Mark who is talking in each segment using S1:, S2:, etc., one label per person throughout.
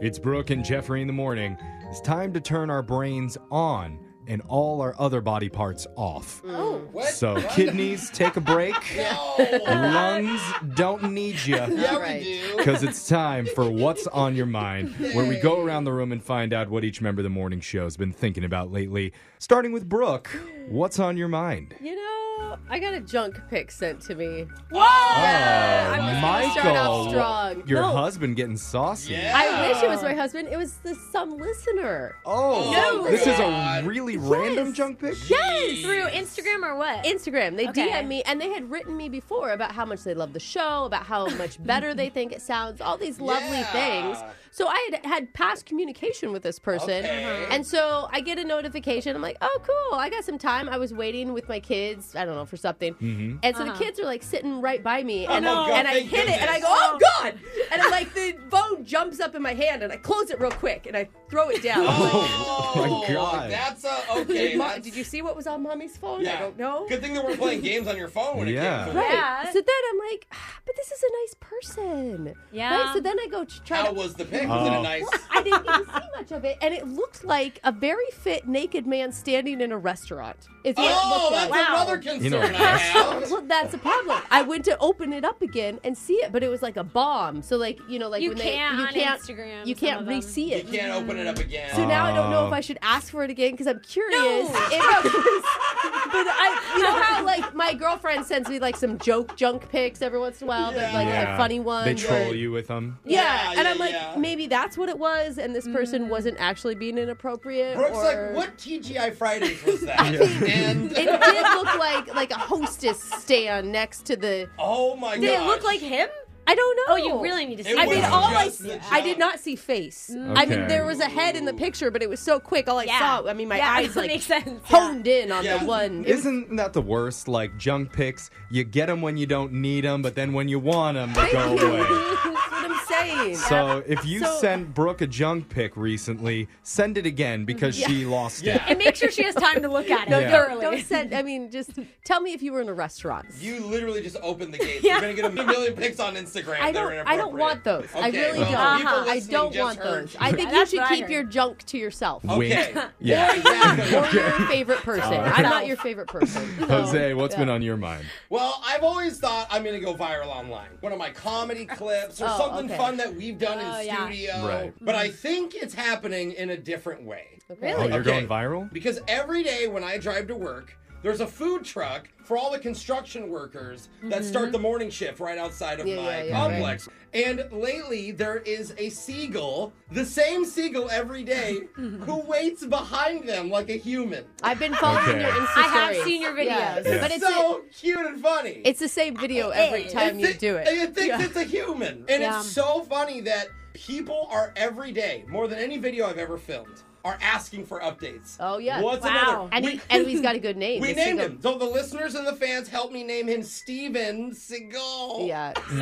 S1: It's Brooke and Jeffrey in the morning. It's time to turn our brains on and all our other body parts off.
S2: Oh.
S3: What?
S1: So,
S3: What?
S1: kidneys, take a break.
S3: No.
S1: Lungs don't need you.
S3: yeah,
S2: Right.
S3: Oh, we do.
S1: Because it's time for What's on Your Mind, where we go around the room and find out what each member of the morning show has been thinking about lately. Starting with Brooke, what's on your mind?
S2: You know, I got a junk pic sent to me. I'm just gonna
S1: Michael,
S2: start off strong.
S1: your
S2: No.
S1: husband getting saucy.
S3: Yeah.
S2: I wish it was my husband. It was this, some listener.
S1: Oh,
S3: No
S1: this is a
S3: God.
S1: really random junk pic?
S4: Through
S3: Oh,
S4: Instagram or what?
S2: Instagram. They
S4: Okay.
S2: DM me and they had written me before about how much they love the show, about how much better they think it sounds, all these lovely
S3: Yeah.
S2: things. So I had had past communication with this person.
S3: Okay. Uh-huh.
S2: And so I get a notification. I'm like, oh, cool. I got some time. I was waiting with my kids, I don't know, for something. And so
S4: Uh-huh.
S2: the kids are like sitting right by me. And,
S3: Mm-hmm. Oh,
S2: I'm-
S3: God,
S2: and I
S3: thank
S2: hit it and I go, oh,
S3: goodness.
S2: God. And I'm like, the phone jumps up in my hand and I close it real quick and I throw it down. I'm like,
S3: Oh,
S1: Oh, my God.
S3: That's a okay.
S2: did, Ma-
S3: that's-
S2: did you see what was on mommy's phone? I
S3: Yeah.
S2: don't know.
S3: Good thing that we're playing games on your phone when
S1: Yeah.
S3: it came. to-
S2: Right.
S4: Yeah.
S2: So then I'm like, "Ah, but this is a nice person.
S4: Yeah.
S2: Right? So then I go to try
S3: How
S2: to.
S3: was the pic? Was it
S1: Oh.
S3: a nice?
S2: I didn't get to see much of it, and it looked like a very fit naked man standing in a restaurant. It's what it
S3: Oh,
S2: looked
S3: that's
S2: like.
S4: Wow.
S3: another concern
S1: You know,
S3: I have.
S2: Well, that's the problem. I went to open it up again and see it, but it was like a bomb. So like you know, like
S4: You
S2: when
S4: can't
S2: they, you
S4: on
S2: can't
S4: Instagram,
S2: you
S4: some
S2: can't
S4: of them.
S2: re-see
S3: You
S2: it.
S3: can't open it up again.
S2: So now I don't know if
S1: Oh.
S2: I should ask for it again because I'm curious.
S4: No.
S2: if- but I, you know how like my girlfriend sends me like some joke junk pics every once in a while, but like
S1: Yeah.
S2: a funny one.
S1: They troll you with them.
S2: Yeah,
S3: Yeah,
S2: and
S3: yeah,
S2: I'm like,
S3: yeah.
S2: maybe that's what it was, and this person
S4: Mm.
S2: wasn't actually being inappropriate.
S3: Brooke's
S2: or...
S3: like, what TGI Fridays was that? And
S2: It did look like like a hostess stand next to the.
S3: oh my god.
S4: Did it look like him?
S2: I don't know.
S4: Oh, you really need to see.
S3: It
S2: I
S3: was
S2: mean, all I
S3: just
S2: see,
S3: the
S2: I did not see face. I mean,
S1: Okay.
S2: there was a head in the picture, but it was so quick. All I
S4: Mm. Yeah.
S2: saw, I mean, my
S4: Yeah,
S2: eyes
S4: that
S2: like
S4: makes sense.
S2: honed in on
S3: Yeah.
S2: the one. It was-
S1: Isn't that the worst? Like junk pics, you get them when you don't need them, but then when you want them, they go
S2: Thank you.
S1: away.
S2: That's what I'm saying.
S1: So if you
S2: So-
S1: sent Brooke a junk pic recently, send it again because she lost
S3: Yeah.
S1: it.
S4: And make sure she has time to look at it
S1: No,
S2: Don't-
S1: thoroughly.
S2: Don't send. I mean, just tell me if you were in a restaurant.
S3: You literally just opened the gates.
S4: Yeah.
S3: You're gonna get a million pics on Instagram.
S2: I
S3: that are
S2: don't. I don't
S3: inappropriate.
S2: want those. I
S3: Okay,
S2: really
S3: well,
S2: don't.
S3: people
S4: Uh-huh.
S2: I
S3: listening
S2: don't
S3: just
S2: want
S3: heard
S2: those. I think you
S4: That's
S2: should
S4: what I
S2: keep
S4: heard.
S2: your junk to you yourself.
S3: Okay.
S1: Wink. Yeah.
S3: Or exactly.
S2: Or your favorite person.
S3: Oh.
S2: I'm not your favorite person. So,
S1: Jose, what's
S2: yeah.
S1: been on your mind?
S3: Well, I've always thought I'm gonna go viral online. One of my comedy clips or
S2: Oh,
S3: something
S2: okay.
S3: fun that we've done
S4: Oh,
S3: in
S4: yeah.
S3: studio.
S1: Right.
S3: But I think it's happening in a different way.
S1: Oh,
S2: Really?
S1: you're
S3: Okay.
S1: going viral?
S3: Because every day when I drive to work, there's a food truck for all the construction workers that start the morning shift right outside of
S2: Mm-hmm. Yeah,
S3: my
S2: yeah, yeah, right.
S3: complex. And lately, there is a seagull, the same seagull every day, who waits behind them like a human.
S2: I've been following
S1: Okay.
S2: your Insta
S4: I have
S2: stories.
S4: seen your videos.
S2: Yes.
S4: Yeah.
S2: But it's
S3: so cute and funny.
S2: it's the same video every
S4: It
S2: time you
S3: thi-
S2: do it.
S3: And it thinks it's a human. And
S4: Yeah.
S3: it's so funny that people are every day, more than any video I've ever filmed, are asking for updates.
S2: Oh, yeah.
S3: What's another?
S4: Wow.
S2: And,
S3: we,
S2: he, and he's got a good name.
S3: we
S2: It's
S3: named
S2: Seagal.
S3: him. So the listeners and the fans helped me name him Steven Seagal.
S2: Yeah, Steven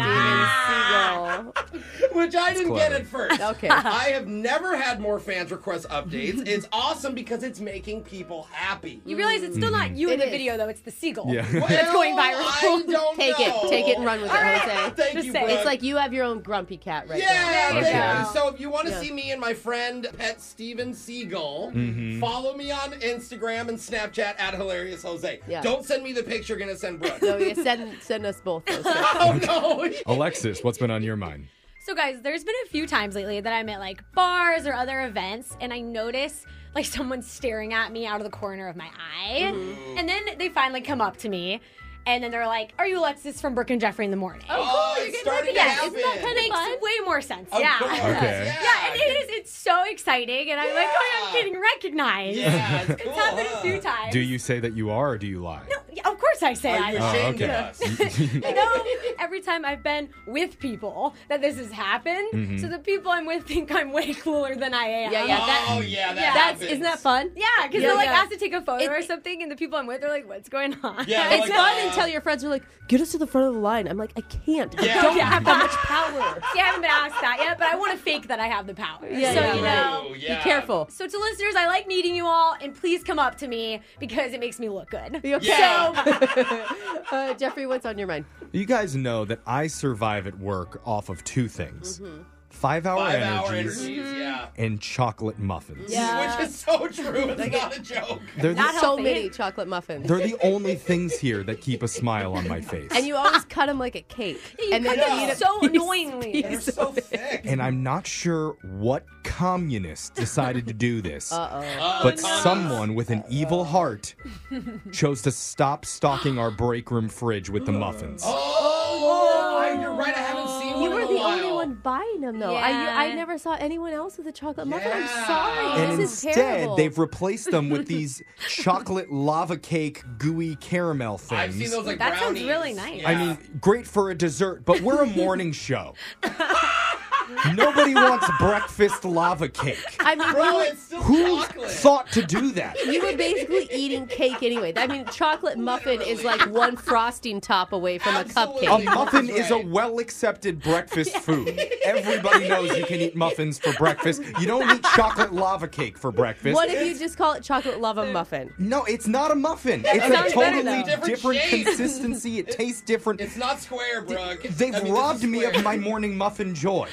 S4: Ah.
S2: Seagal.
S3: Which I didn't get
S1: clever.
S3: at first.
S2: Okay.
S3: I have never had more fans request updates. It's awesome because it's making people happy.
S4: You realize it's still not you
S2: It
S4: in the
S2: is.
S4: video though. It's the seagull.
S1: Yeah.
S4: It's going viral.
S3: I don't
S2: Take it,
S3: know.
S2: take it and run with it,
S3: All right.
S2: Jose.
S3: Thank
S4: Just
S3: you,
S4: say it.
S3: Brooke.
S2: It's like you have your own grumpy cat right
S3: Yeah,
S4: There
S1: you
S3: thank
S1: go.
S3: you. So if you want to
S2: Yeah.
S3: see me and my friend pet Steven Seagal,
S1: Mm-hmm.
S3: follow me on Instagram and Snapchat at hilarious Jose.
S2: Yeah.
S3: Don't send me the picture you're gonna send Brooke.
S2: now. So yeah, send send us both those. things.
S3: oh no.
S1: Alexis, what's been on your mind?
S4: So guys, there's been a few times lately that I'm at like bars or other events and I notice like someone staring at me out of the corner of my eye. And then they finally come up to me and then they're like, Are you Alexis from Brooke and Jeffrey in the morning?
S3: Oh, it's starting to
S4: Yes,
S3: happen.
S4: isn't that kind of makes
S2: fun?
S4: way more sense.
S3: Of
S4: yeah.
S3: course,
S1: Okay.
S4: Yeah, and it is. It's so exciting, and I'm like, oh, I'm
S3: Yeah.
S4: getting recognized.
S3: Yeah, it's cool,
S4: happened a
S3: huh?
S4: few times.
S1: Do you say that you are or do you lie?
S4: Yeah, of course, I say
S3: Are you
S4: I.
S3: ashamed
S1: Oh, okay.
S3: of us?
S4: You know, every time I've been with people that this has happened, so the people I'm with think I'm way cooler than I am.
S2: Yeah, yeah. that-
S3: oh yeah, that
S4: Yeah.
S2: That's
S3: happens.
S2: isn't that fun?
S4: Yeah, because
S2: Yeah,
S4: they're like
S2: yeah.
S4: asked to take a photo
S2: It-
S4: or something, and the people I'm with are like, "What's going on?"
S3: Yeah,
S2: It's
S3: like,
S2: fun
S4: oh.
S3: uh,
S2: until your friends are like, "Get us to the front of the line." I'm like, "I can't. I
S3: Yeah.
S2: don't
S3: Yeah.
S2: have that much power."
S4: See, I haven't been asked that yet, but I want to fake that I have the power.
S2: Yeah,
S4: so
S2: yeah,
S4: you
S2: right.
S4: know.
S3: Ooh, yeah.
S2: Be careful.
S4: So to listeners, I like meeting you all, and please come up to me because it makes me look good.
S2: You okay?
S3: Yeah.
S2: Uh, Jeffrey, what's on your mind? Mm-hmm.
S1: You guys know that I survive at work off of two things five hour
S3: Five hour
S1: energies,
S3: energies, yeah.
S1: and chocolate muffins.
S2: Yeah.
S3: Which is so true. It's not a joke.
S1: They're
S4: Not
S1: the,
S2: so
S4: healthy.
S2: many chocolate muffins.
S1: they're the only things here that keep a smile on my face.
S2: and you always cut them like a cake.
S4: You
S2: and
S4: cut
S2: then
S3: them
S2: you eat
S4: it
S2: a
S4: so
S2: piece.
S4: annoyingly.
S3: They're so thick.
S1: And I'm not sure what communist decided to do this,
S2: Uh-oh.
S3: Oh,
S1: but
S3: God.
S1: someone with an evil heart chose to stop stocking our break room fridge with the muffins.
S3: Oh, I- you're right. I haven't seen one
S2: Oh, You
S3: in
S2: were
S3: a
S2: the
S3: while.
S2: only one buying them, though.
S4: Yeah.
S2: I, I never saw anyone else with a chocolate muffin.
S3: Yeah.
S2: I'm sorry.
S1: And
S2: Oh, this is
S1: instead,
S2: terrible.
S1: they've replaced them with these chocolate lava cake gooey caramel things.
S3: I've seen those like
S4: That sounds
S3: brownies.
S4: really nice.
S1: I mean, great for a dessert, but we're a morning show. Nobody wants breakfast lava cake.
S2: I mean,
S3: bro,
S2: you would-
S3: it's still
S1: Who
S3: chocolate.
S1: thought to do that?
S2: you were basically eating cake anyway. I mean, chocolate muffin is like one frosting top away from
S3: Absolutely.
S2: a
S1: A
S2: cupcake.
S1: muffin is a
S3: Right.
S1: well accepted breakfast food. Everybody knows you can eat muffins for breakfast. You don't eat chocolate lava cake for breakfast.
S2: What if you just call it chocolate lava muffin?
S1: No, it's not a muffin. It's a
S2: sounds better,
S1: totally
S2: though.
S1: different,
S3: Different shape.
S1: consistency. It tastes different.
S3: It's not square, bro.
S1: They've
S3: I mean, this
S1: robbed
S3: is
S1: me of
S3: square.
S1: my morning muffin joy.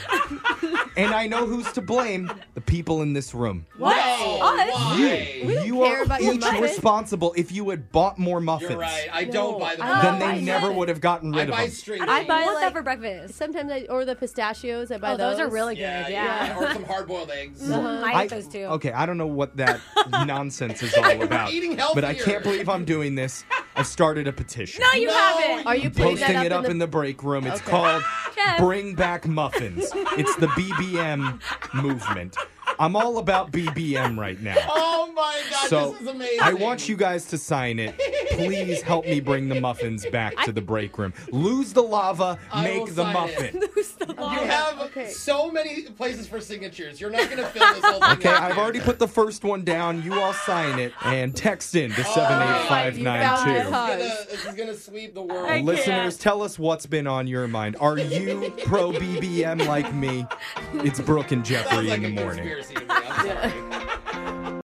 S1: and I know who's to blame the people in this room.
S3: No,
S2: What? Us?
S3: why?
S2: We don't
S1: you are
S2: care about your
S1: each
S2: muffins.
S1: responsible if you had bought more muffins.
S3: You're right. I don't
S2: No,
S3: buy the
S2: I
S1: Then
S2: Oh,
S1: they
S2: I
S1: never
S2: get it.
S1: would have gotten
S3: I
S1: rid of
S3: buy
S1: them.
S3: string.
S2: I buy,
S4: I want
S2: like-
S4: that for breakfast.
S2: Sometimes I or the pistachios. I buy
S4: Oh, those are really good. Yeah.
S3: Yeah, Or some hard boiled eggs.
S2: Uh-huh.
S4: I
S1: I-
S4: like those too.
S1: Okay, I don't know what that nonsense is all about.
S3: eating
S1: but I
S3: healthier.
S1: can't believe I'm doing this. I've started a petition.
S4: No, you
S3: No,
S4: haven't.
S2: Are you putting
S1: Posting
S2: that
S1: it up in the break room. It's called
S4: Jeff.
S1: Bring Back Muffins. It's the BBM movement. I'm all about BBM right now.
S3: Oh my god,
S1: So
S3: this is amazing.
S1: I want you guys to sign it. Please help me bring the muffins back to the break room. Lose the lava,
S3: I will
S1: make the
S3: sign it.
S1: muffin.
S3: You have
S2: Okay.
S3: so many places for signatures. You're not gonna fill this whole thing.
S1: Okay,
S3: out,
S1: I've
S3: dude.
S1: already put the first one down. You all sign it and text in to
S2: you found my
S1: 78592.
S2: heart.
S3: This is gonna- This is gonna sweep the world.
S4: I
S1: Listeners, tell us what's been on your mind. Are you pro BBM like me? It's Brooke and
S3: Sounds
S1: Jeffrey
S3: like
S1: in the
S3: a
S1: morning.
S3: conspiracy